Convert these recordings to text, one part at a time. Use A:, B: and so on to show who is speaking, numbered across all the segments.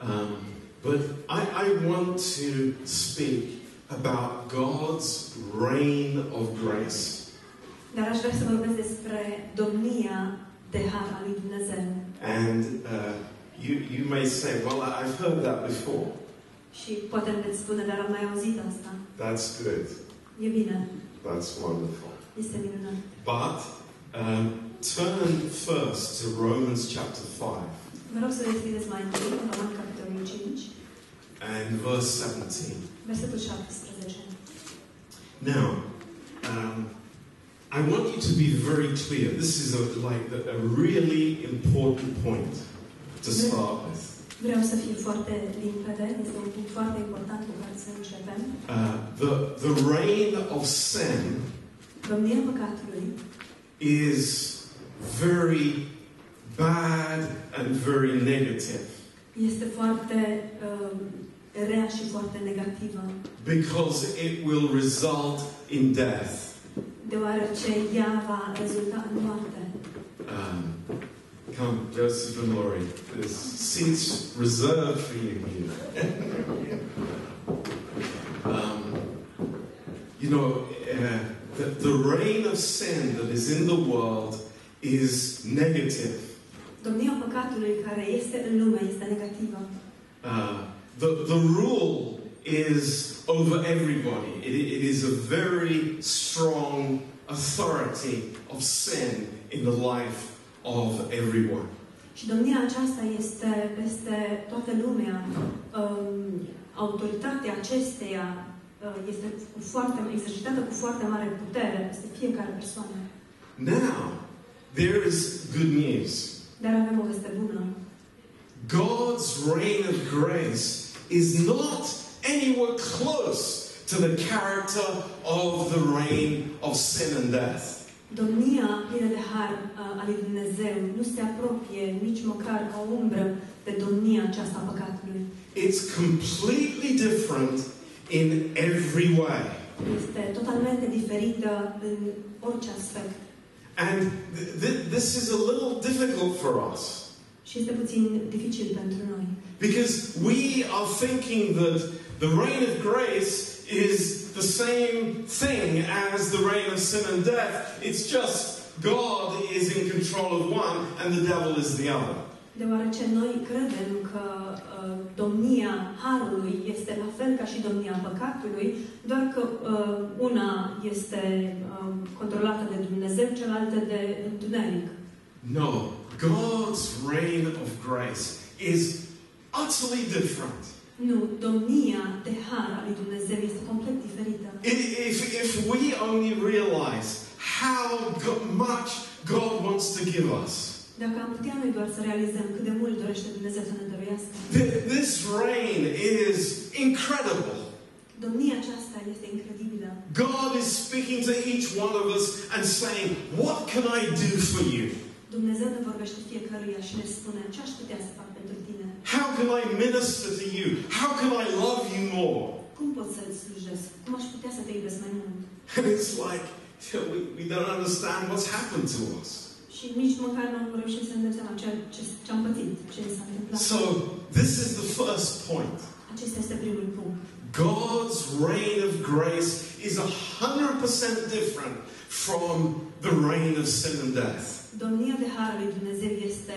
A: Um, but I, I want to speak about God's reign of grace
B: Dar aș vrea să vorbesc despre domnia de har al lui Dumnezeu.
A: And uh, you, you may say, well, I- I've heard that before.
B: Și poate îmi veți spune, dar am mai auzit asta.
A: That's good.
B: E bine,
A: That's wonderful.
B: este minunat.
A: But um, turn first to Romans chapter 5
B: Vă rog să deschideți mai întâi în Roman, capitolul 5,
A: and verse 17.
B: versetul 17.
A: Now, um, I want you to be very clear. This is a, like a, a really important point to start with.
B: Vreau să fim foarte limpede, este un punct foarte important cu care să începem.
A: Uh, the, the reign of sin
B: Domnia păcatului
A: is very bad and very negative.
B: este foarte uh, rea și foarte negativă,
A: Because it will result in death.
B: deoarece ea va rezulta în moarte.
A: Um, come, Joseph and Laurie, there's seats reserved for you here. um, you know, uh, the, the reign of sin that is in the world is negative.
B: Domnia păcatului care este în lume este negativă.
A: Uh, the, the rule is over everybody, it, it is a very strong authority of sin in the life of everyone.
B: Și domnia aceasta este peste toată lumea. Um, autoritatea acesteia uh, este cu foarte, exercitată cu foarte mare putere peste fiecare persoană.
A: Now, there is good news.
B: Dar avem o veste bună.
A: God's reign of grace is not anywhere close to the character of the reign of sin and death.
B: Domnia plină de har uh, al lui Dumnezeu nu se apropie nici măcar ca o umbră de domnia aceasta a păcatului.
A: It's completely different in every way.
B: Este totalmente diferită în orice aspect.
A: And th- th- this is a little difficult for us
B: Și este puțin dificil pentru noi.
A: because we are thinking that the reign of grace is the same thing as the reign of sin and death. It's just God is in control of one and the devil is the other.
B: Deoarece noi credem că uh, domnia harului este la fel ca și domnia păcatului, doar că uh, una este uh, controlată de Dumnezeu, cealaltă de întuneric.
A: No, God's reign of grace is utterly different.
B: Nu, domnia de har al lui Dumnezeu este complet diferită.
A: I- If, if we only realize how go- much God wants to give us.
B: Dacă am putea noi doar să realizăm cât de mult dorește Dumnezeu să ne dăruiască,
A: Th- This reign is incredible.
B: domnia aceasta este incredibilă.
A: God is speaking to each one of us and saying, What can I do for you?
B: Dumnezeu ne vorbește fiecăruia și ne spune ce aș putea să fac pentru tine,
A: How can I minister to you? How can I love you more?
B: cum pot să-ți slujesc, cum aș putea să te iubesc mai mult.
A: And it's like, you know, we, we don't understand what's happened to us.
B: Și nici măcar nu am reușit să ne dăm seama ce, ce, ce am pățit, ce s-a întâmplat.
A: So, this is the first point.
B: Acesta este primul punct.
A: God's reign of grace is 100% different from the reign of sin and death.
B: Domnia de Harul lui Dumnezeu este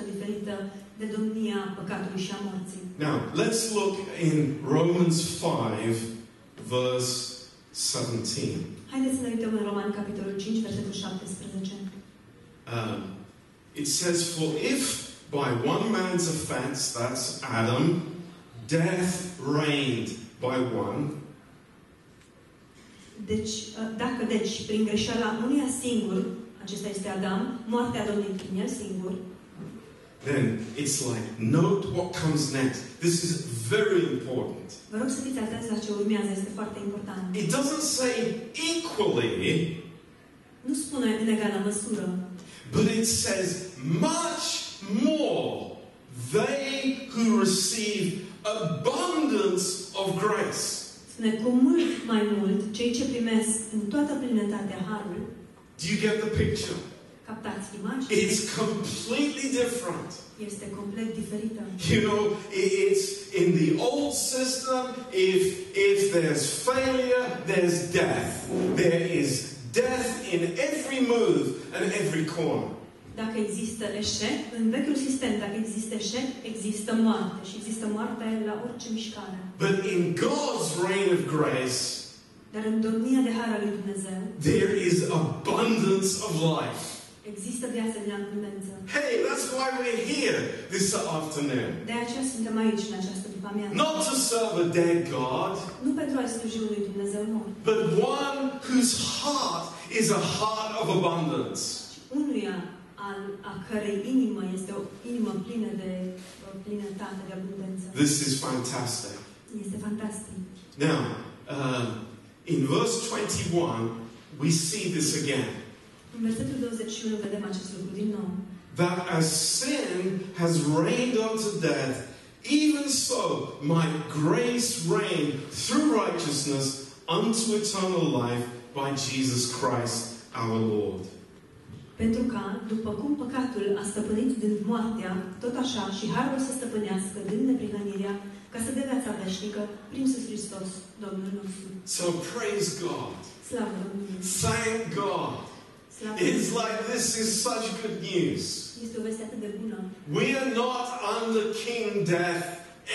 B: 100% diferită de domnia păcatului și a morții.
A: Now, let's look in Romans 5, verse 17.
B: Haideți să ne uităm în Roman, capitolul 5, versetul 17.
A: Um, it says, For if by one man's offense, that's Adam, death reigned by one,
B: Deci, dacă deci, prin greșeala unuia singur, acesta este Adam, moartea domnului prin el singur,
A: then it's like, note what comes next. This is very important.
B: vă rog să fiți atenți la ce urmează, este foarte important.
A: It doesn't say equally,
B: Nu spune în egală măsură,
A: but it says much more they who receive abundance of grace.
B: Spune cu mult mai mult cei ce primesc în toată plinătatea harul.
A: Do you get the picture?
B: Captați imaginea?
A: It's completely different.
B: Este complet diferită.
A: You know, i- it's in the old system, if, if there's failure, there's death. There is death in every move and every corner.
B: Dacă există eșec, în vechiul sistem, dacă există eșec, există moarte și există moarte la orice mișcare.
A: But in God's reign of grace,
B: Dar în domnia de har al lui Dumnezeu
A: there is abundance of life.
B: există viață din abundență.
A: Hey, that's why we're here this afternoon.
B: De aceea suntem aici în această după
A: Not to serve a dead God,
B: Nu pentru a sluji unui Dumnezeu nou,
A: but one whose heart is a heart of abundance.
B: ci unuia al, a cărei inimă este o inimă plină de uh, plinătate, de abundență.
A: This is fantastic.
B: Este fantastic.
A: Now, um, in verse 21, we see this again
B: În versetul 21 vedem acest lucru din nou.
A: that as sin has reigned unto death, even so might grace reign through righteousness unto eternal life by Jesus Christ our Lord.
B: Pentru că, după cum păcatul a stăpânit din moartea, tot așa și harul să stăpânească din neprihănirea, ca să dea viața veșnică prin Iisus Hristos, Domnul nostru.
A: So praise God.
B: Slavă Domnului!
A: Thank God.
B: Slavă
A: It's
B: Domnului!
A: like this is such good news.
B: Este o veste atât de bună.
A: We are not under King Death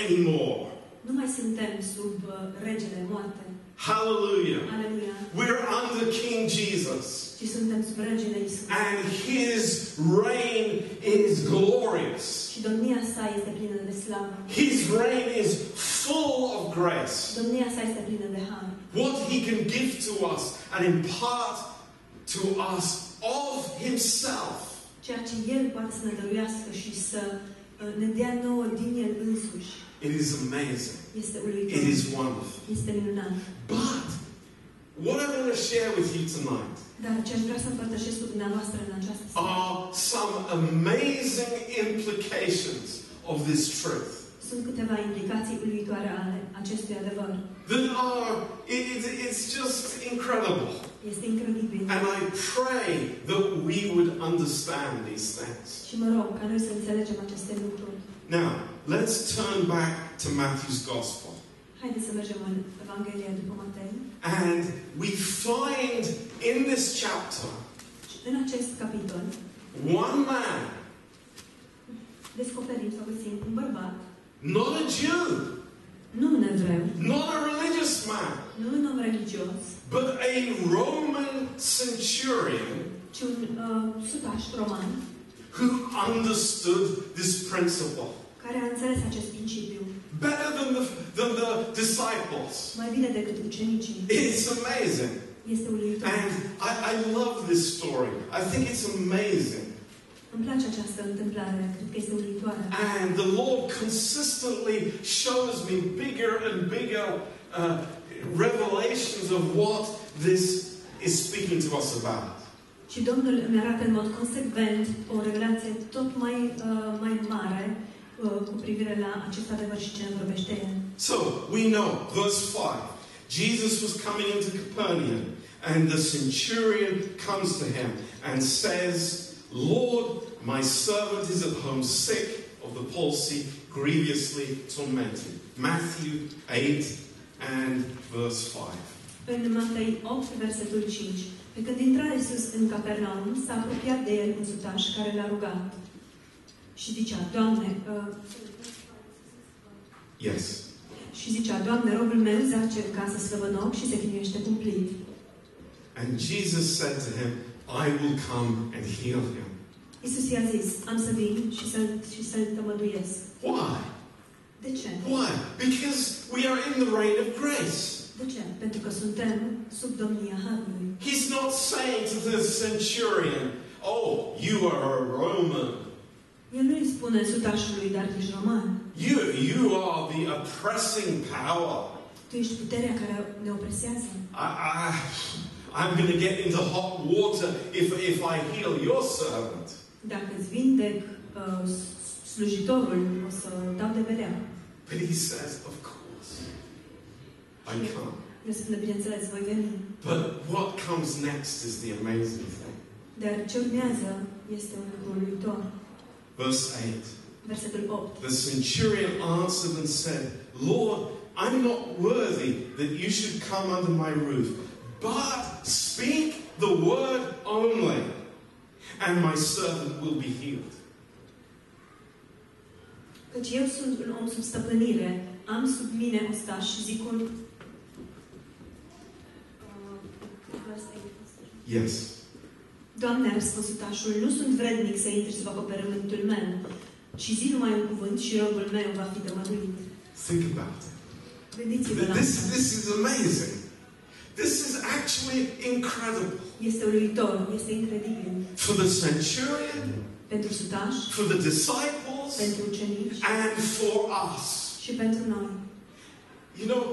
A: anymore.
B: Nu mai suntem sub uh, regele moarte.
A: Hallelujah.
B: Aleluia!
A: We're under King Jesus,
B: Ci suntem sub regele Iisus.
A: and his reign is glorious.
B: Și domnia sa este plină de slavă.
A: His reign is full of grace.
B: Domnia sa este plină de har.
A: What he can give to us and impart to us of himself
B: Ceea ce El poate să ne dăruiască și să uh, ne dea nouă din El însuși
A: it is amazing.
B: este
A: It
B: uluitor.
A: is wonderful.
B: Este minunat.
A: But what I'm going to share with you tonight
B: Dar ce aș vrea să împărtășesc cu dumneavoastră în această
A: Ah.
B: seară
A: are some amazing implications of this truth.
B: sunt câteva implicații uluitoare ale acestui adevăr.
A: that are, it, it- it's just incredible.
B: Este incredibil.
A: And I pray that we would understand these things.
B: Și mă rog ca noi să înțelegem aceste lucruri.
A: Now, let's turn back to Matthew's Gospel.
B: Haideți să mergem în Evanghelia după Matei.
A: And we find in this chapter
B: Și În acest capitol
A: one man,
B: descoperim sau găsim un bărbat,
A: not a Jew,
B: nu un evreu,
A: not a religious man,
B: nu un om religios,
A: but a Roman centurion
B: ci un uh, sutaș roman
A: who understood this principle
B: care a înțeles acest principiu
A: better than the, than the disciples.
B: mai bine decât ucenicii.
A: It's amazing.
B: Este uluitor.
A: And I, I love this story. I think it's amazing.
B: Îmi place această întâmplare, cred că este uluitoare.
A: And the Lord consistently shows me bigger and bigger uh, revelations of what this is speaking to us about.
B: Și Domnul îmi arată în mod consecvent o relație tot mai, uh, mai mare uh, cu privire la acest adevăr și ce îmi vorbește el.
A: So we know, verse 5 Jesus was coming into Capernaum, and the centurion comes to him and says, Lord, my servant is at home sick of the palsy, grievously tormented. Matthew 8 and verse 5.
B: În Matei 8, versetul 5, pe când intra Iisus în Capernaum, s-a apropiat de el un sutaș care l-a rugat și zicea, Doamne, uh,
A: Yes.
B: și zicea, Doamne, robul meu zace în casă slăbănoc și se chinuiește cumplit.
A: And Jesus said to him, I will come and heal him.
B: Iisus i-a zis, am să vin și să-l și să tămăduiesc.
A: Why?
B: De ce?
A: Why? Because we are in the reign of grace.
B: De ce? Pentru că suntem sub domnia Harului.
A: He's not saying to the centurion, Oh, you are a Roman.
B: El nu îi spune sutașului, dar ești roman.
A: You, you are the oppressing power.
B: Tu ești puterea care ne opresează.
A: I, I, I'm going to get into hot water if, if I heal your servant.
B: Dacă îți vindec uh, s- slujitorul, o să dau de vedea.
A: But he says, Of course, I can't.
B: El spune, bineînțeles, voi veni.
A: But what comes next is the amazing thing.
B: Dar ce urmează este un lucru uluitor.
A: Verse 8.
B: Versetul 8.
A: The centurion answered and said, Lord, I'm not worthy that you should come under my roof, but speak the word only, and my servant will be healed.
B: Căci eu sunt un om sub stăpânire, am sub mine ostaș și zicul... Uh, verse 8.
A: Yes.
B: Doamne, a răspuns utașul, nu sunt vrednic să intri sub acoperământul meu, ci zi numai un cuvânt și robul meu va fi tămăduit.
A: Think about it.
B: Gândiți-vă la
A: This,
B: asta.
A: this is amazing. This is actually incredible
B: Este uluitor, este incredibil.
A: for the centurion,
B: Pentru sutaș,
A: for the disciples,
B: pentru ucenici
A: and for us.
B: și pentru noi.
A: You know,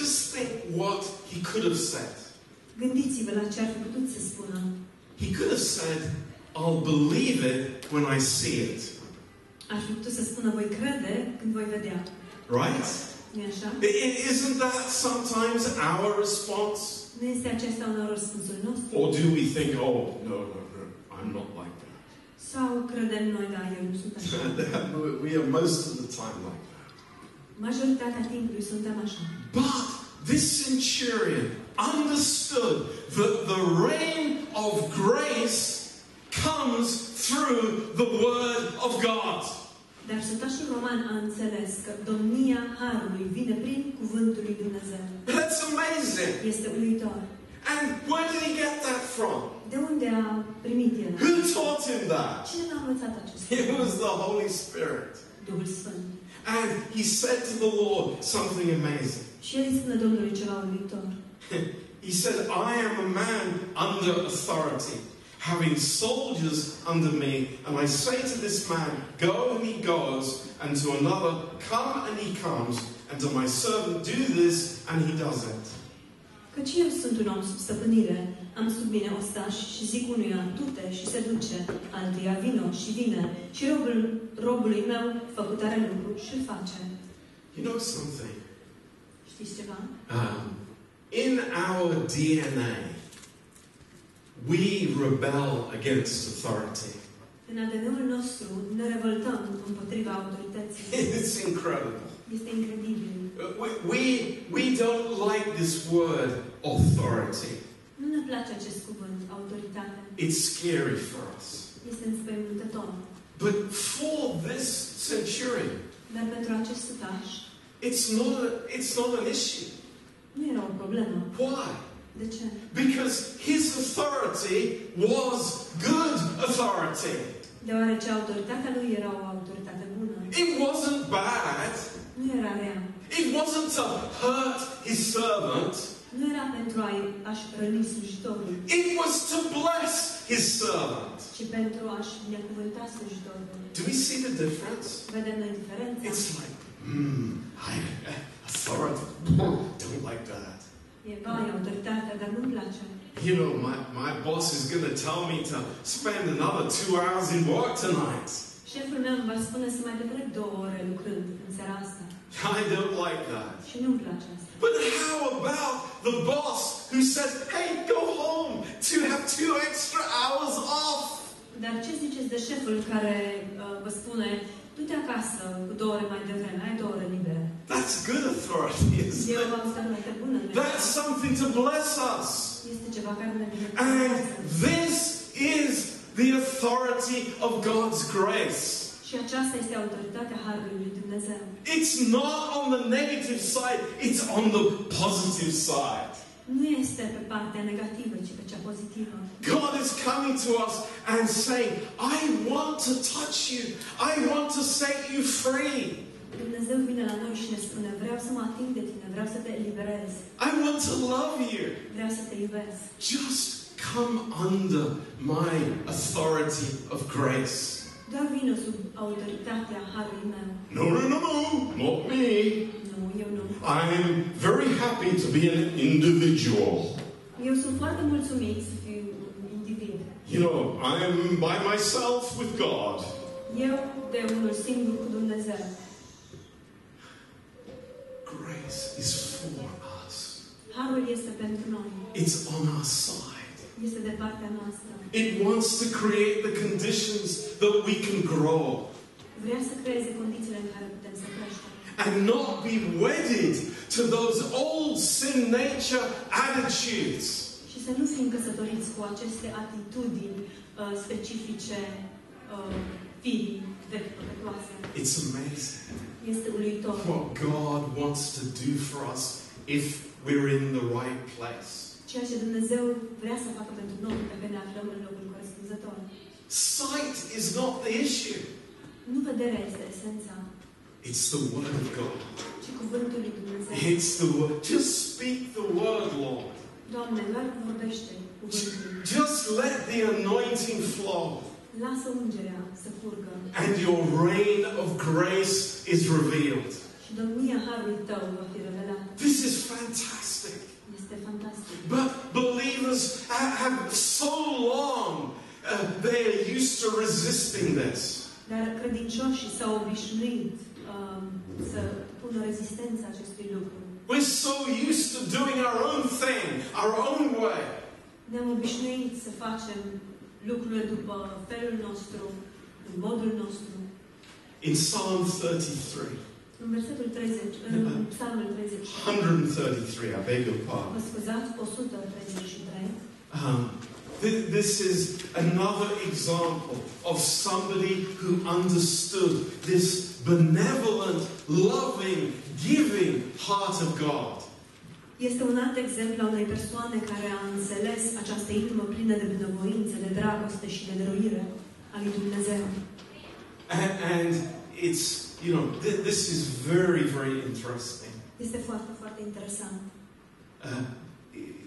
A: just think what he could have said.
B: Gândiți-vă la ce ar fi putut să spună.
A: He could have said, I'll believe it when I see it.
B: Ar fi putut să spună, voi crede când voi vedea.
A: Right?
B: nu așa?
A: I- i- Isn't that sometimes our response?
B: Nu este acesta un răspunsul nostru?
A: Or do we think, oh, no, no, no, I'm not like that?
B: Sau credem noi, da, eu nu sunt așa?
A: That- we are most of the time like that.
B: Majoritatea timpului suntem așa.
A: But this centurion understood that the reign of grace comes through the word of God.
B: Dar sutașul roman a înțeles că domnia Harului vine prin cuvântul lui Dumnezeu.
A: That's amazing.
B: Este uluitor.
A: And where did he get that from?
B: De unde a primit el?
A: Who taught him that?
B: Cine l-a învățat acest
A: It
B: lucru?
A: was the Holy Spirit.
B: Duhul Sfânt.
A: And he said to the Lord something amazing.
B: Și el îi spune Domnului ceva uluitor.
A: He said, I am a man under authority, having soldiers under me, and I say to this man, Go and he goes, and to another, Come and he comes, and to my servant, Do this, and he does it.
B: Căci eu sunt un om sub stăpânire, am sub mine ostași și zic unuia, du-te și se duce, altuia vino și vine, și robul, robului meu făcut are lucru și îl face.
A: You know something?
B: Știți ceva?
A: Um, in our DNA, we rebel against authority.
B: În adevărul nostru ne revoltăm împotriva autorității.
A: It's incredible.
B: Este incredibil.
A: Uh, we- We, we don't like this word authority.
B: Nu ne place acest cuvânt, autoritate.
A: It's scary for us.
B: Este înspăimântător.
A: But for this centurion,
B: Dar pentru acest sutaș
A: it's not, a, it's not an issue.
B: nu era o problemă.
A: Why?
B: De ce?
A: Because his authority was good authority.
B: Deoarece autoritatea lui era o autoritate bună.
A: It wasn't bad.
B: Nu era rea.
A: It wasn't to hurt his servant.
B: Nu era pentru a- a-și răni slujitorul,
A: It was to bless his servant.
B: ci pentru a-și binecuvânta slujitorul.
A: Do we see the difference?
B: Vedem noi diferența.
A: It's like, hmm, I, authority. Don't like that.
B: E vai, autoritatea, dar nu-mi place.
A: You know, my, my boss is going to tell me to spend another two hours in work tonight.
B: Șeful meu îmi va spune să mai devreme două ore lucrând în seara asta.
A: I don't like that.
B: Și nu-mi place asta.
A: But how about the boss who says, hey, go home to have two extra hours off?
B: Dar ce ziceți de șeful care uh, vă spune du-te acasă cu două ore mai devreme, ai două ore libere?
A: That's good authority, isn't
B: Eu
A: it?
B: v-am stat mai pe bună. nu-i
A: That's
B: așa?
A: something to bless us.
B: Este ceva care ne
A: And
B: binecuvântează.
A: this is the authority of God's grace.
B: Și aceasta este autoritatea Harului lui Dumnezeu.
A: It's not on the negative side, it's on the positive side.
B: Nu este pe partea negativă, ci pe cea pozitivă.
A: God is coming to us and saying, I want to touch you. I want to set you free.
B: Dumnezeu vine la noi și ne spune vreau să mă ating de tine, vreau să te eliberez,
A: I want to love you.
B: vreau să te iubesc.
A: Just come under my authority of grace.
B: Doar vină sub autoritatea Harului meu.
A: No, no, no, no, not me.
B: Nu, eu nu.
A: I'm very happy to be an individual.
B: Eu sunt foarte mulțumit să fiu un individ.
A: You know, I'm by myself with God.
B: Eu de unul singur cu Dumnezeu.
A: Grace is for us,
B: Harul este pentru noi.
A: it's on our side.
B: este de partea noastră.
A: It wants to create the conditions that we can grow
B: Vrea să creeze condițiile în care putem să creștem.
A: and not be wedded to those old sin nature attitudes.
B: Și să nu fim căsătoriți cu aceste atitudini uh, specifice uh, firii vechi păcătoase.
A: It's amazing
B: Este uluitor
A: what God wants to do for us if we're in the right place.
B: ceea ce Dumnezeu vrea să facă pentru noi dacă ne aflăm în locul corespunzător.
A: Sight is not the issue,
B: Nu vederea este esența,
A: it's the Word of God.
B: ci cuvântul lui Dumnezeu.
A: It's the Word. Just speak the Word, Lord.
B: Doamne, doar vorbește cuvântul.
A: Just let the anointing flow,
B: Lasă ungerea să curgă
A: and your reign of grace is revealed.
B: și domnia harului tău va fi revelată.
A: This is fantastic.
B: Este fantastic.
A: But believers ha- have so long, uh, they are used to resisting this.
B: Dar credincioșii s-au obișnuit um, să pună rezistența acestui lucru.
A: We're so used to doing our own thing, our own way.
B: Ne-am obișnuit să facem lucrurile după felul nostru, în modul nostru.
A: In Psalm 33,
B: În versetul 30, în psalmul 33,
A: 133, I beg your
B: mă
A: pardon.
B: scuzați, 133,
A: Um, thi- this is another example of somebody who understood this benevolent, loving, giving heart of God.
B: este un alt exemplu a unei persoane care a înțeles această inimă plină de bunăvoință, de dragoste și de dăruire a lui Dumnezeu.
A: And, and it's, you know, th- this is very, very interesting.
B: Este foarte, foarte interesant.
A: Uh,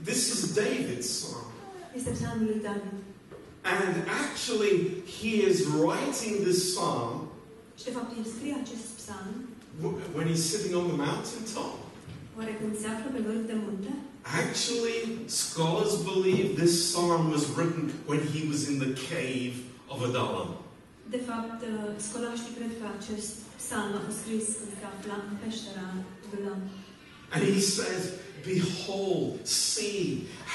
A: this is David's song.
B: Este psalmul lui David.
A: And actually, he is writing this psalm
B: Și de fapt el scrie acest psalm
A: w- when he's sitting on the mountaintop.
B: Oare când se află pe vârf de munte?
A: Actually, scholars believe this psalm was written when he was in the cave of Adullam.
B: De fapt, uh, scolaștii cred că acest psalm a fost scris când se afla în peștera Dulam.
A: And he says, Behold, see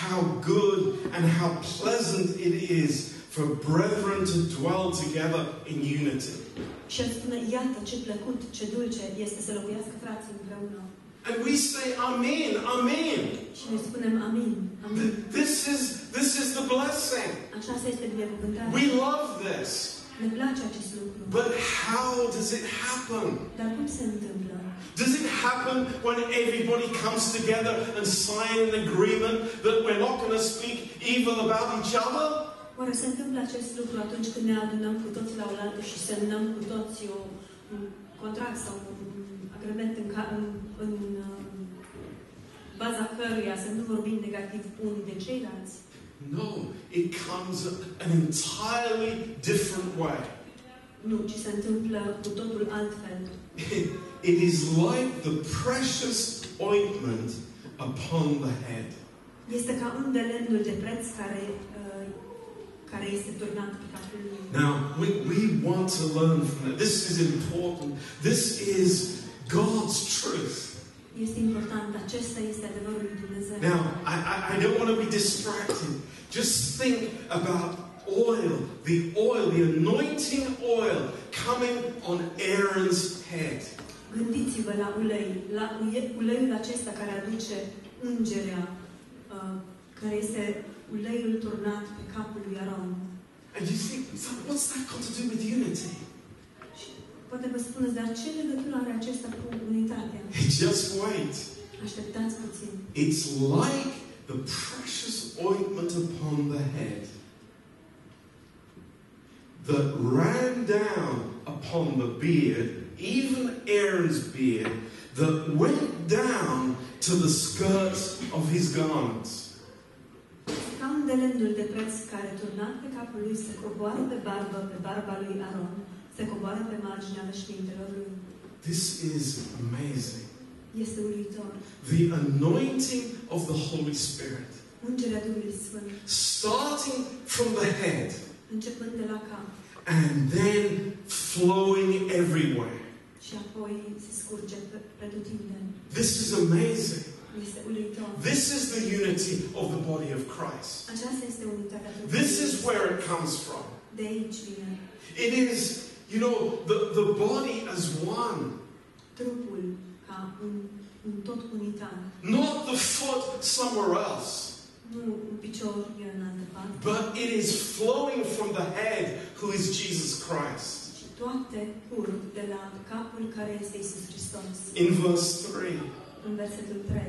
A: how good and how pleasant it is for brethren to dwell together in unity.
B: Și el spune, iată ce plăcut, ce dulce este să locuiască frații împreună.
A: And we say, Amen, Amen.
B: Și noi spunem, amin,
A: Th-
B: amin.
A: This is, this is the blessing.
B: Aceasta este binecuvântarea.
A: We love this.
B: Ne place acest lucru.
A: But how does it happen?
B: Dar cum se întâmplă?
A: Does it happen when everybody comes together and sign an agreement that we're not going to speak evil about each other?
B: Oare se întâmplă acest lucru atunci când ne adunăm cu toți la oaltă și semnăm cu toți o, un contract sau un agrement în, ca, în, în um, baza căruia să nu vorbim negativ unii de ceilalți?
A: No, it comes an entirely different way.
B: Nu, ci se întâmplă cu totul altfel.
A: It is like the precious ointment upon the head.
B: Este ca un de lemnul de preț care, uh, care este turnat pe capul lui.
A: Now, we, we want to learn from that. This is important. This is God's truth.
B: Este important, acesta este adevărul lui Dumnezeu.
A: Now, I, I, I don't want to be distracted. Just think about oil, the oil, the anointing oil coming on Aaron's head.
B: Gândiți-vă la ulei, la uie- uleiul acesta care aduce îngerea, uh, care este uleiul turnat pe capul lui Aron.
A: And you think, "So what's that got to do with unity?
B: Și poate vă spuneți, dar ce legătură are acesta cu unitatea?
A: Just wait.
B: Așteptați puțin.
A: It's like the precious ointment upon the head that ran down upon the beard, even Aaron's beard, that went down to the skirts of his garments.
B: Ca un de lemnul de preț care turnat pe capul lui se coboară pe barbă, pe barba lui Aron, se coboară pe marginea veșmintelor lui.
A: This is amazing.
B: Este uluitor.
A: The anointing of the Holy Spirit,
B: Ungerea Duhului Sfânt,
A: starting from the head
B: începând de la cap
A: and then flowing everywhere.
B: și apoi se scurge pe, pe
A: This is amazing.
B: Este uluitor.
A: This is the unity of the body of Christ.
B: Aceasta este unitatea trupului.
A: This is where it comes from.
B: De aici vine
A: It is, you know, the, the body as one,
B: trupul ca un, un tot unitar.
A: not the foot somewhere else,
B: Nu un picior e în altă parte,
A: but it is flowing from the head who is Jesus Christ.
B: ci toate curg de la capul care este Isus Hristos.
A: In verse 3,
B: În versetul 3.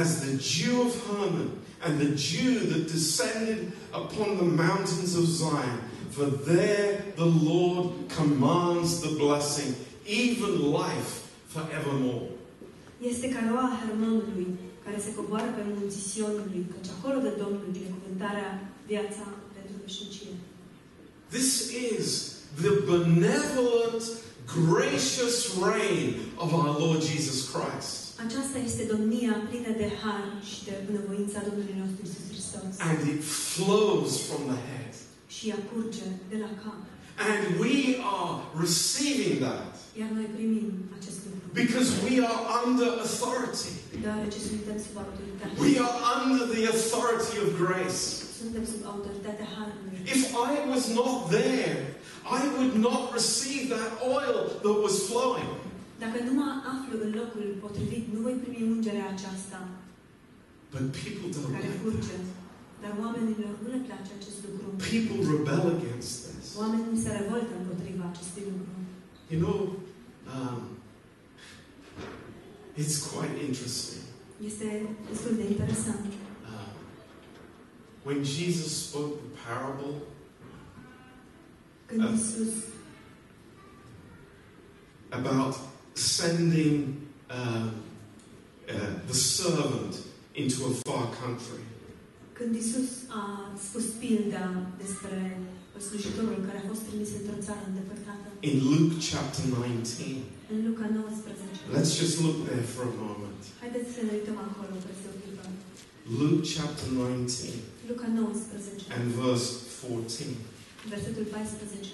A: as the Jew of Hermon and the Jew that descended upon the mountains of Zion, for there the Lord commands the blessing, even life forevermore.
B: Este canoa Hermonului, care se coboară pe munții Sionului, căci acolo de Domnul binecuvântarea, viața pentru veșnicie.
A: This is the benevolent, gracious reign of our Lord Jesus Christ.
B: Aceasta este domnia plină de har și de bunăvoința Domnului nostru Isus Hristos.
A: And it flows from the head.
B: Și ea curge de la cap.
A: And we are receiving that
B: Iar noi primim acest lucru,
A: because we are under authority.
B: deoarece suntem sub autoritate.
A: We are under the authority of grace.
B: Suntem sub autoritatea harului.
A: If I was not there, I would not receive that oil that was flowing.
B: Dacă nu mă aflu în locul potrivit, nu voi primi ungerea aceasta
A: But people don't
B: care
A: like
B: curge.
A: that.
B: Dar oamenilor nu le place acest lucru.
A: People rebel against this.
B: Oamenii se revoltă împotriva acestui lucru.
A: You know, um, it's quite interesting.
B: Este destul de interesant.
A: Um, when Jesus spoke the parable,
B: Când
A: Ah.
B: Isus
A: about sending um, uh, the servant into a far country.
B: când Isus a spus pilda despre slujitorul care a fost trimis într-o țară îndepărtată,
A: In Luke chapter 19,
B: în Luca 19.
A: let's just look there for a moment.
B: Haideți să ne uităm acolo peste o clipă.
A: Luke chapter 19
B: Luca 19,
A: and verse 14.
B: versetul 14.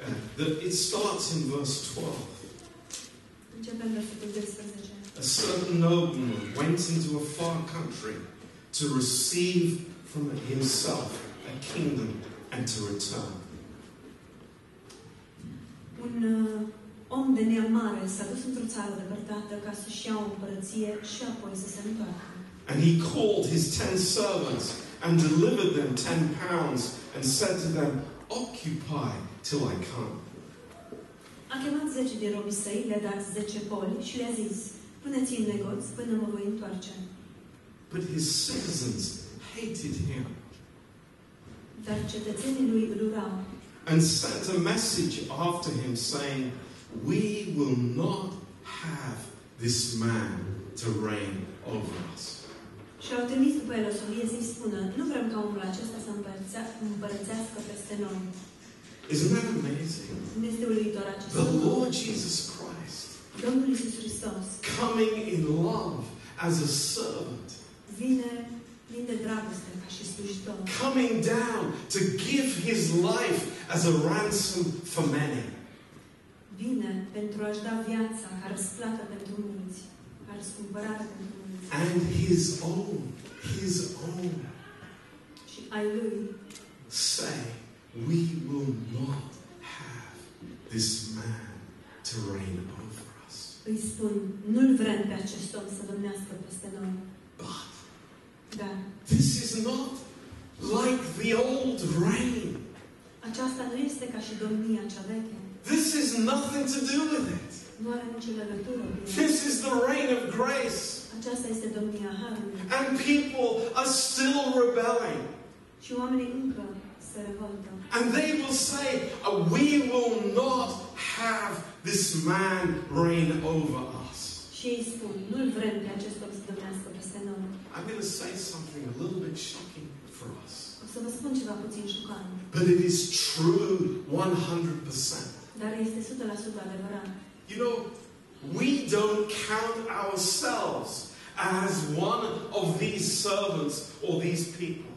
A: Uh, the, it starts in verse 12.
B: Începem versetul 12.
A: A certain nobleman went into a far country to receive from himself a kingdom and to return.
B: Un uh, om de neamare s-a dus într-o țară depărtată ca să-și ia o împărăție și apoi să se întoarcă.
A: And he called his ten servants and delivered them ten pounds and said to them, Occupy till I come.
B: A chemat zece din robii săi, le-a dat zece poli și le-a zis, puneți în negoț până mă voi întoarce.
A: But his citizens hated him
B: Dar cetățenii lui îl urau
A: and sent a message after him saying, We will not have this man to reign over us.
B: și au trimis după el o solie să-i spună, nu vrem ca omul acesta să împărțea- împărățească peste noi.
A: Isn't that amazing?
B: Nu este uluitor acest
A: The Lord
B: lucru.
A: Jesus Christ
B: Domnul Iisus Hristos
A: coming in love as a servant,
B: vine plin de dragoste ca și slujitor.
A: coming down to give his life as a ransom for many.
B: Vine pentru a-și da viața ca răsplată pentru mulți, ca răscumpărare pentru mulți.
A: And his own, his own
B: Și ai lui
A: say, We will not have this man to reign over us.
B: îi spun, nu-l vrem pe acest om să domnească peste noi.
A: But
B: Dar
A: this is not like the old reign.
B: aceasta nu este ca și domnia cea veche.
A: This is nothing to do with it.
B: Nu are nicio legătură cu ea.
A: This is the reign of grace.
B: Aceasta este domnia Harului.
A: And people are still rebelling.
B: Și oamenii încă se revoltă.
A: And they will say, "Uh, We will not have this man reign over us.
B: Și ei spun, nu-l vrem pe acest om să domnească peste noi.
A: I'm going to say something a little bit shocking for us.
B: O să vă spun ceva puțin șocant,
A: But it is true 100%.
B: dar este 100% adevărat.
A: You know, we don't count ourselves as one of these servants or these people.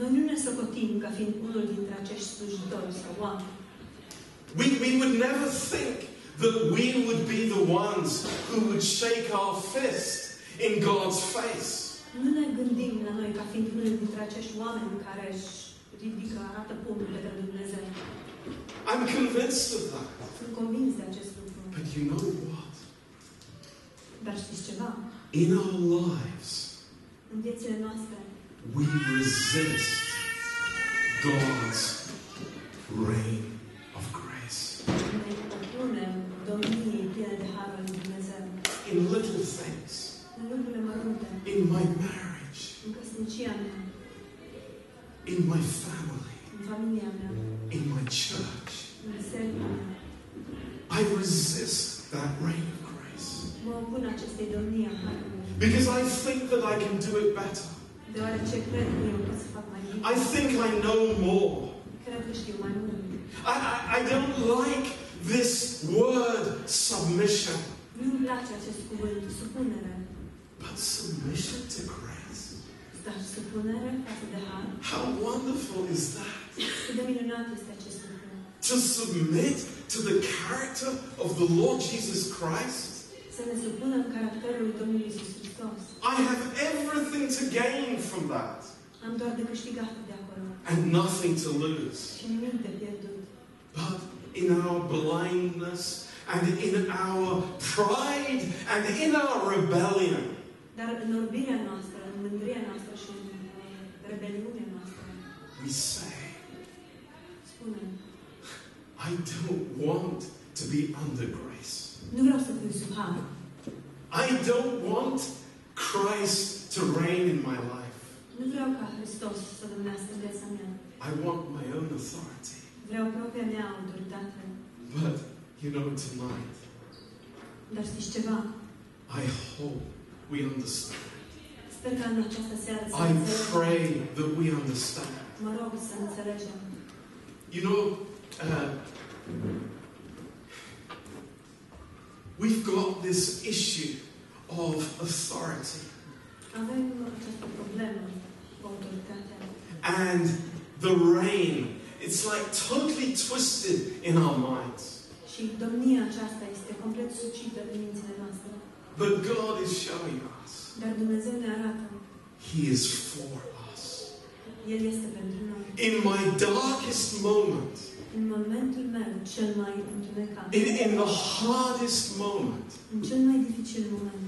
B: Noi nu ne socotim ca fiind unul dintre acești slujitori sau oameni.
A: We, we would never think that we would be the ones who would shake our fist in God's face.
B: Nu ne gândim la noi ca fiind unul dintre acești oameni care își ridică, arată pumnile de Dumnezeu.
A: I'm convinced of that.
B: Sunt convins de acest lucru.
A: But you know what?
B: Dar știți ceva?
A: In our lives,
B: În viețile noastre
A: we resist God's reign of grace
B: ne opunem domniei pline de harul lui Dumnezeu.
A: in little things,
B: În lucrurile mărunte,
A: in my marriage,
B: în căsnicia mea,
A: in my family,
B: în familia mea,
A: in my church.
B: în biserica mea.
A: I resist that reign of grace
B: Mă opun acestei domnii a harului,
A: because I think that I can do it better.
B: deoarece cred că eu pot să fac mai bine.
A: I think I know more.
B: Cred că știu mai mult.
A: I, I, I don't like this word submission,
B: Nu-mi place acest cuvânt, supunere.
A: but submission to grace.
B: Dar supunere față de har,
A: How wonderful is that?
B: cât de minunat este acest lucru.
A: To submit to the character of the Lord Jesus Christ.
B: Să ne supunem caracterului Domnului Iisus Hristos.
A: I have everything to gain from that
B: Am doar de câștigat de acolo
A: and nothing to lose.
B: și nimic de pierdut.
A: But in our blindness and in our pride and in our rebellion,
B: Dar în orbirea noastră, în mândria noastră și în uh, rebeliunea noastră,
A: we say,
B: spunem,
A: I don't want to be under grace.
B: nu vreau să fiu sub har.
A: I don't want Christ to reign in my life.
B: Nu vreau ca Hristos să domnească în viața mea.
A: I want my own authority.
B: Vreau propria mea autoritate.
A: But you know, tonight,
B: Dar știți ceva?
A: I hope we understand.
B: Sper că în această seară să
A: I
B: înțelegem.
A: pray that we understand.
B: Mă rog să înțelegem.
A: You know, uh, we've got this issue of authority,
B: Avem această problemă cu autoritatea.
A: and the reign. It's like totally twisted in our minds.
B: Și domnia aceasta este complet sucită din mințile noastre.
A: But God is showing us.
B: Dar Dumnezeu ne arată.
A: He is for us.
B: El este pentru noi.
A: In my darkest moment,
B: În momentul meu cel mai întunecat,
A: in, in the hardest moment,
B: în cel mai dificil moment,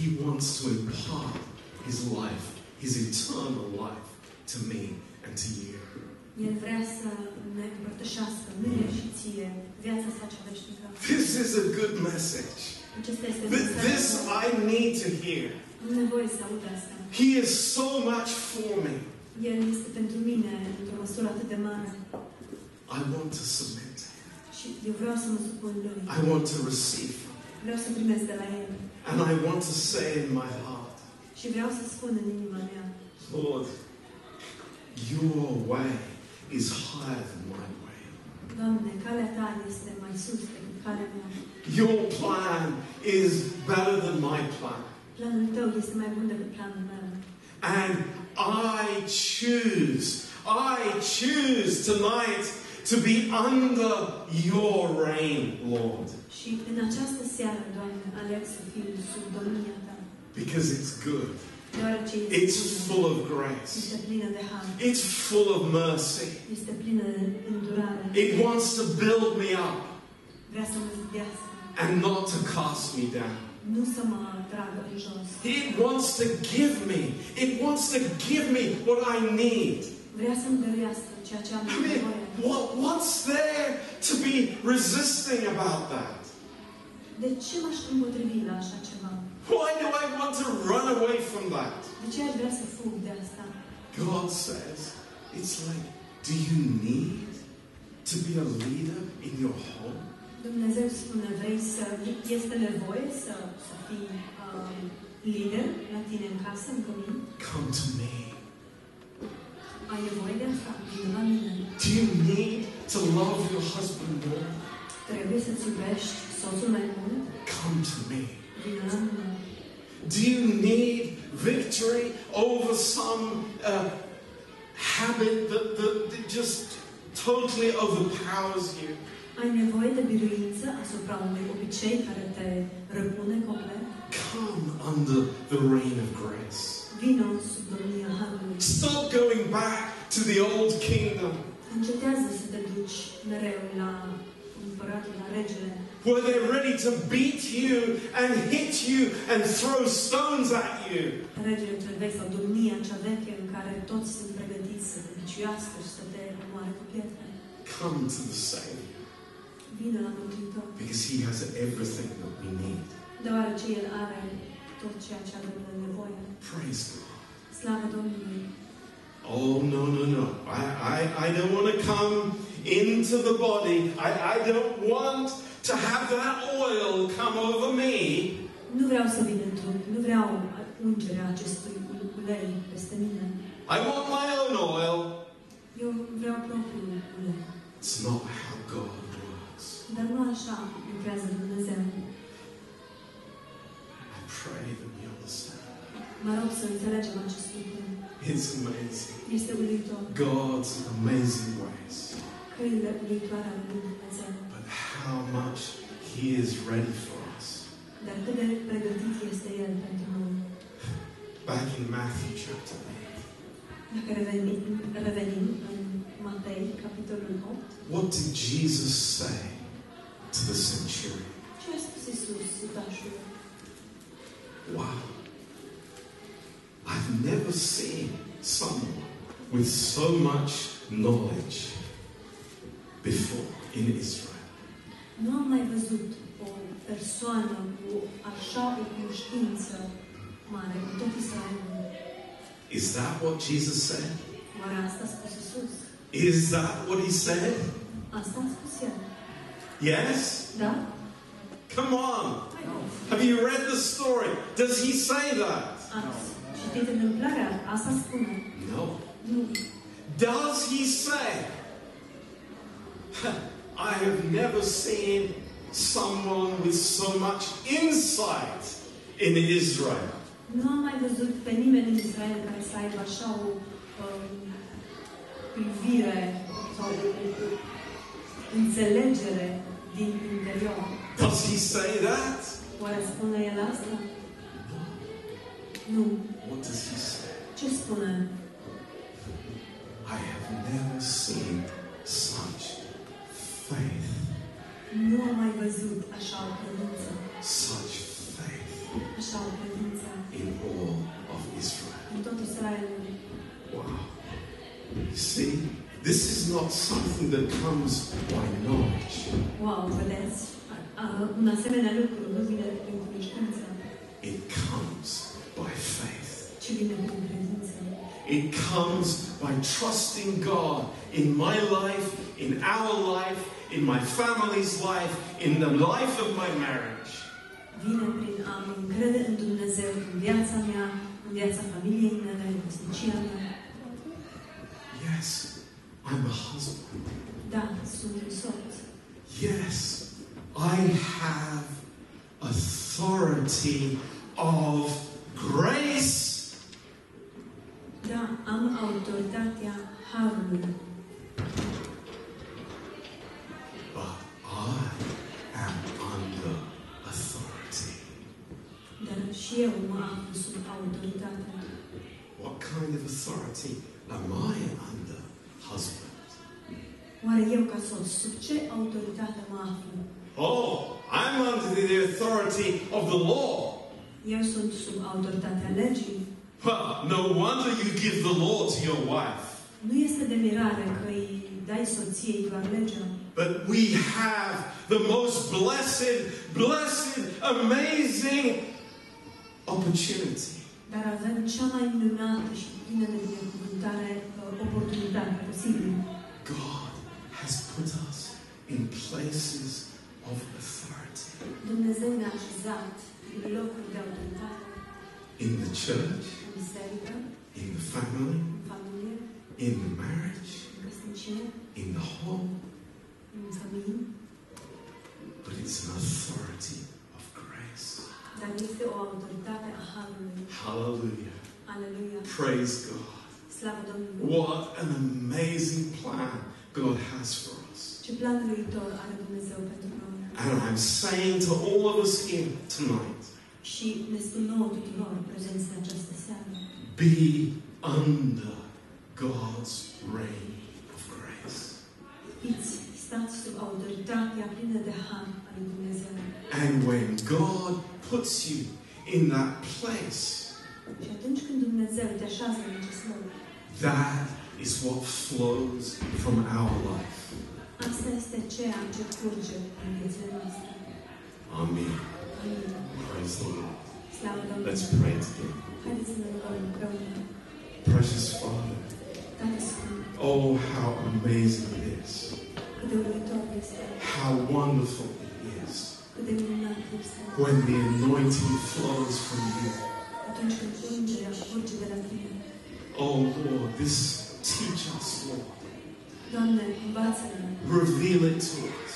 A: He wants to impart His life, His eternal life, to me and to you.
B: El vrea să ne împărtășească mie și ție viața sa cea veșnică.
A: This is a good message.
B: Acesta este
A: Th- This
B: mesajul.
A: I need to hear.
B: Am nevoie să aud asta.
A: He is so much for me.
B: El este pentru mine într-o măsură atât de mare
A: I want to submit to Him.
B: și eu vreau să mă supun lui.
A: I want to receive Him.
B: Vreau să primesc de la el
A: And I want to say in my heart,
B: și vreau să spun în inima mea,
A: Lord, your way is higher than my way.
B: Doamne, calea ta este mai sus decât calea mea.
A: Your plan is better than my plan.
B: Planul tău este mai bun decât planul meu.
A: And I choose, I choose tonight to be under your reign, Lord,
B: Și în această seară, Doamne, aleg să fiu sub domnia ta,
A: because it's good.
B: deoarece
A: It's
B: este,
A: full of grace.
B: este plină de har.
A: It's full of mercy.
B: Este plină de îndurare.
A: It wants to build me up
B: Vrea să mă zidească,
A: and not to cast me down.
B: nu să mă tragă în jos.
A: It wants to give me, it wants to give me what I need.
B: Vrea să-mi dăruiască ceea ce am
A: I mean,
B: nevoie.
A: what, what's there to be resisting about that?
B: De ce m-aș împotrivi la așa ceva?
A: Why do I want to run away from that?
B: De ce aș vrea să fug de asta?
A: God says, it's like, do you need to be a leader in your home?
B: Dumnezeu spune, vrei să... Este nevoie să, să fii um, lider la tine în casă, în cămin?
A: Come to me.
B: Ai nevoie de asta? Vino la mine.
A: Do you need to love your husband more?
B: Trebuie să-ți iubești soțul mai mult?
A: Come to me.
B: Vino la mine.
A: Do you need victory over some uh, habit that, that, that just totally overpowers you.
B: Ai nevoie de biruință asupra unui obicei care te răpune complet?
A: Come under the reign of grace.
B: Vino sub domnia Harului.
A: Stop going back to the old kingdom
B: Încetează să te duci mereu la împăratul, la regele,
A: where they're ready to beat you and hit you and throw stones at you.
B: regele cel vechi sau domnia cea veche în care toți sunt pregătiți să te biciuiască și să te omoare cu pietre.
A: Come to the Savior
B: Vino la Mântuitor,
A: because He has everything that we need.
B: deoarece El are tot ceea ce avem de nevoie.
A: Praise God.
B: Slavă Domnului!
A: Oh, no, no, no. I, I, I don't want to come into the body. I, I don't want to have that oil come over me.
B: Nu vreau să vin în trup, nu vreau ungerea acestui ulei peste mine.
A: I want my own oil.
B: Eu vreau propriul ulei.
A: It's not how God works.
B: Dar nu așa lucrează Dumnezeu.
A: I pray that we understand.
B: Mă rog să înțelegem acest lucru.
A: It's amazing.
B: Este uluitor.
A: God's amazing ways.
B: Căile uluitoare ale lui Dumnezeu.
A: But how much He is ready for us.
B: Dar cât de pregătit este El pentru noi.
A: Back in Matthew chapter
B: Dacă revenim, revenim în Matei, capitolul 8,
A: 8, what did Jesus say to the centurion?
B: ce a spus Iisus sutașul?
A: Wow. I've never seen someone with so much knowledge before in Israel.
B: Nu am mai văzut o persoană cu așa o cunoștință mare în tot Israelul.
A: Is that what Jesus said?
B: Oare asta a spus Iisus?
A: Is that what he said?
B: Asta a spus El.
A: Yes?
B: Da?
A: Come on.
B: Haideți.
A: Have you read the story? Does he say that?
B: Ați citit întâmplarea? Asta spune.
A: No.
B: Nu.
A: Does he say, I have never seen someone with so much insight in Israel?
B: Nu am mai văzut pe nimeni din Israel care să aibă așa o um, privire sau o înțelegere din interior.
A: Does he say that?
B: Oare spune el asta? Nu.
A: What does he say?
B: Ce spune?
A: I have never seen such faith,
B: Nu am mai văzut așa o credință.
A: such faith
B: Așa o credință
A: in all of Israel.
B: în tot Israelul.
A: Wow. You see, this is not something that comes by knowledge.
B: Wow, vedeți? A, a, un asemenea lucru nu vine prin cunoștință,
A: It comes by faith.
B: ci vine prin credință.
A: It comes by trusting God in my life, in our life, in my family's life, in the life of my marriage.
B: Vine prin a mă încrede în Dumnezeu, în viața mea, în viața familiei mele, în căsnicia mea.
A: Yes, I'm a husband.
B: Da, sunt un soț.
A: Yes, I have authority of grace.
B: Da, am autoritatea Harului,
A: But I am under authority.
B: dar și eu mă aflu sub autoritatea.
A: What kind of authority am I under, husband?
B: Oare eu ca soț, sub ce autoritate mă aflu?
A: Oh, I'm under the authority of the law.
B: Eu sunt sub autoritatea legii.
A: Well, no wonder you give the law to your wife.
B: Nu este de mirare că îi dai soției doar legea,
A: But we have the most blessed, blessed, amazing opportunity.
B: dar avem cea mai minunată și plină de binecuvântare uh, oportunitate posibilă.
A: God has put us in places of authority.
B: Dumnezeu ne-a așezat în locuri de autoritate,
A: In the church,
B: în biserică,
A: in the family,
B: în familie,
A: in the marriage,
B: în căsnicie,
A: in the home.
B: în familie,
A: But it's an authority of grace.
B: dar este o autoritate a Harului.
A: Hallelujah.
B: Aleluia!
A: Praise God.
B: Slavă Domnului!
A: What an amazing plan God has for us.
B: Ce plan viitor are Dumnezeu pentru noi?
A: And I'm saying to all of us here tonight
B: Și ne spun nouă tuturor prezenți în această seară,
A: be under God's reign of grace.
B: fiți, stați sub autoritatea plină de har al lui Dumnezeu.
A: And when God puts you in that place,
B: Și atunci când Dumnezeu te așează în acest loc,
A: that is what flows from our life.
B: asta este ceea ce curge în viețile noastre.
A: Amen.
B: Amin.
A: Praise the Lord.
B: Slavă
A: Let's
B: Domnului!
A: pray together.
B: Haideți să ne rugăm împreună.
A: Precious Father,
B: Tată Sfânt,
A: oh, how amazing it is.
B: cât de uluitor este,
A: How wonderful it is
B: cât de minunat este,
A: when the anointing flows from you.
B: atunci când ungerea curge de la tine.
A: Oh Lord, this teach us, Lord.
B: Doamne, învață-ne,
A: Reveal it to us.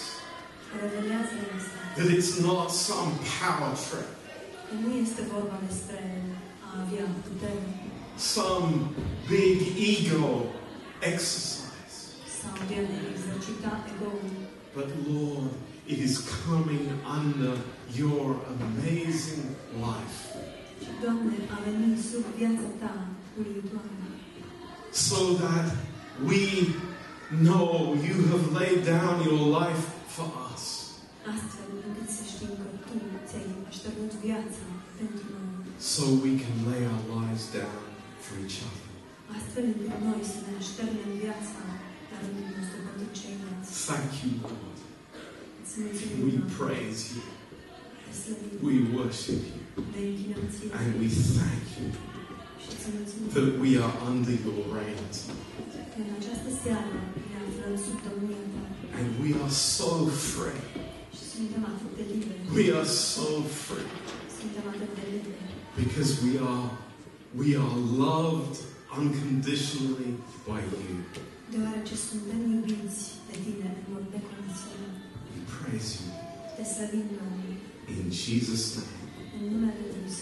B: revelează-ne asta,
A: That it's not some power trip,
B: că nu este vorba despre a avea putere
A: some big ego exercise.
B: sau de a exercita ego-ul,
A: But Lord, it is coming under your amazing life.
B: ci, Doamne, a venit sub viața Ta, uluitoare,
A: So that we know you have laid down your life for us.
B: astfel încât să știm că Tu ți-ai așternut viața pentru noi,
A: So we can lay our lives down for each other.
B: astfel încât noi să ne așternem viața la rândul nostru pentru ceilalți.
A: Thank you, Lord.
B: Îți mulțumim,
A: We
B: Doamne.
A: praise you.
B: Te slăvim,
A: We worship you.
B: ne închinăm Ție
A: And we thank you
B: și îți mulțumim
A: that we are under your reign. tonight.
B: că în această seară ne aflăm sub domnia Ta
A: And we are so free.
B: și suntem atât de liberi,
A: We are so free.
B: suntem atât de liberi,
A: Because we are we are loved unconditionally by you.
B: deoarece suntem iubiți de Tine în mod necondiționat.
A: We praise you.
B: Te slăvim, Doamne,
A: In Jesus' name.
B: în numele Lui Iisus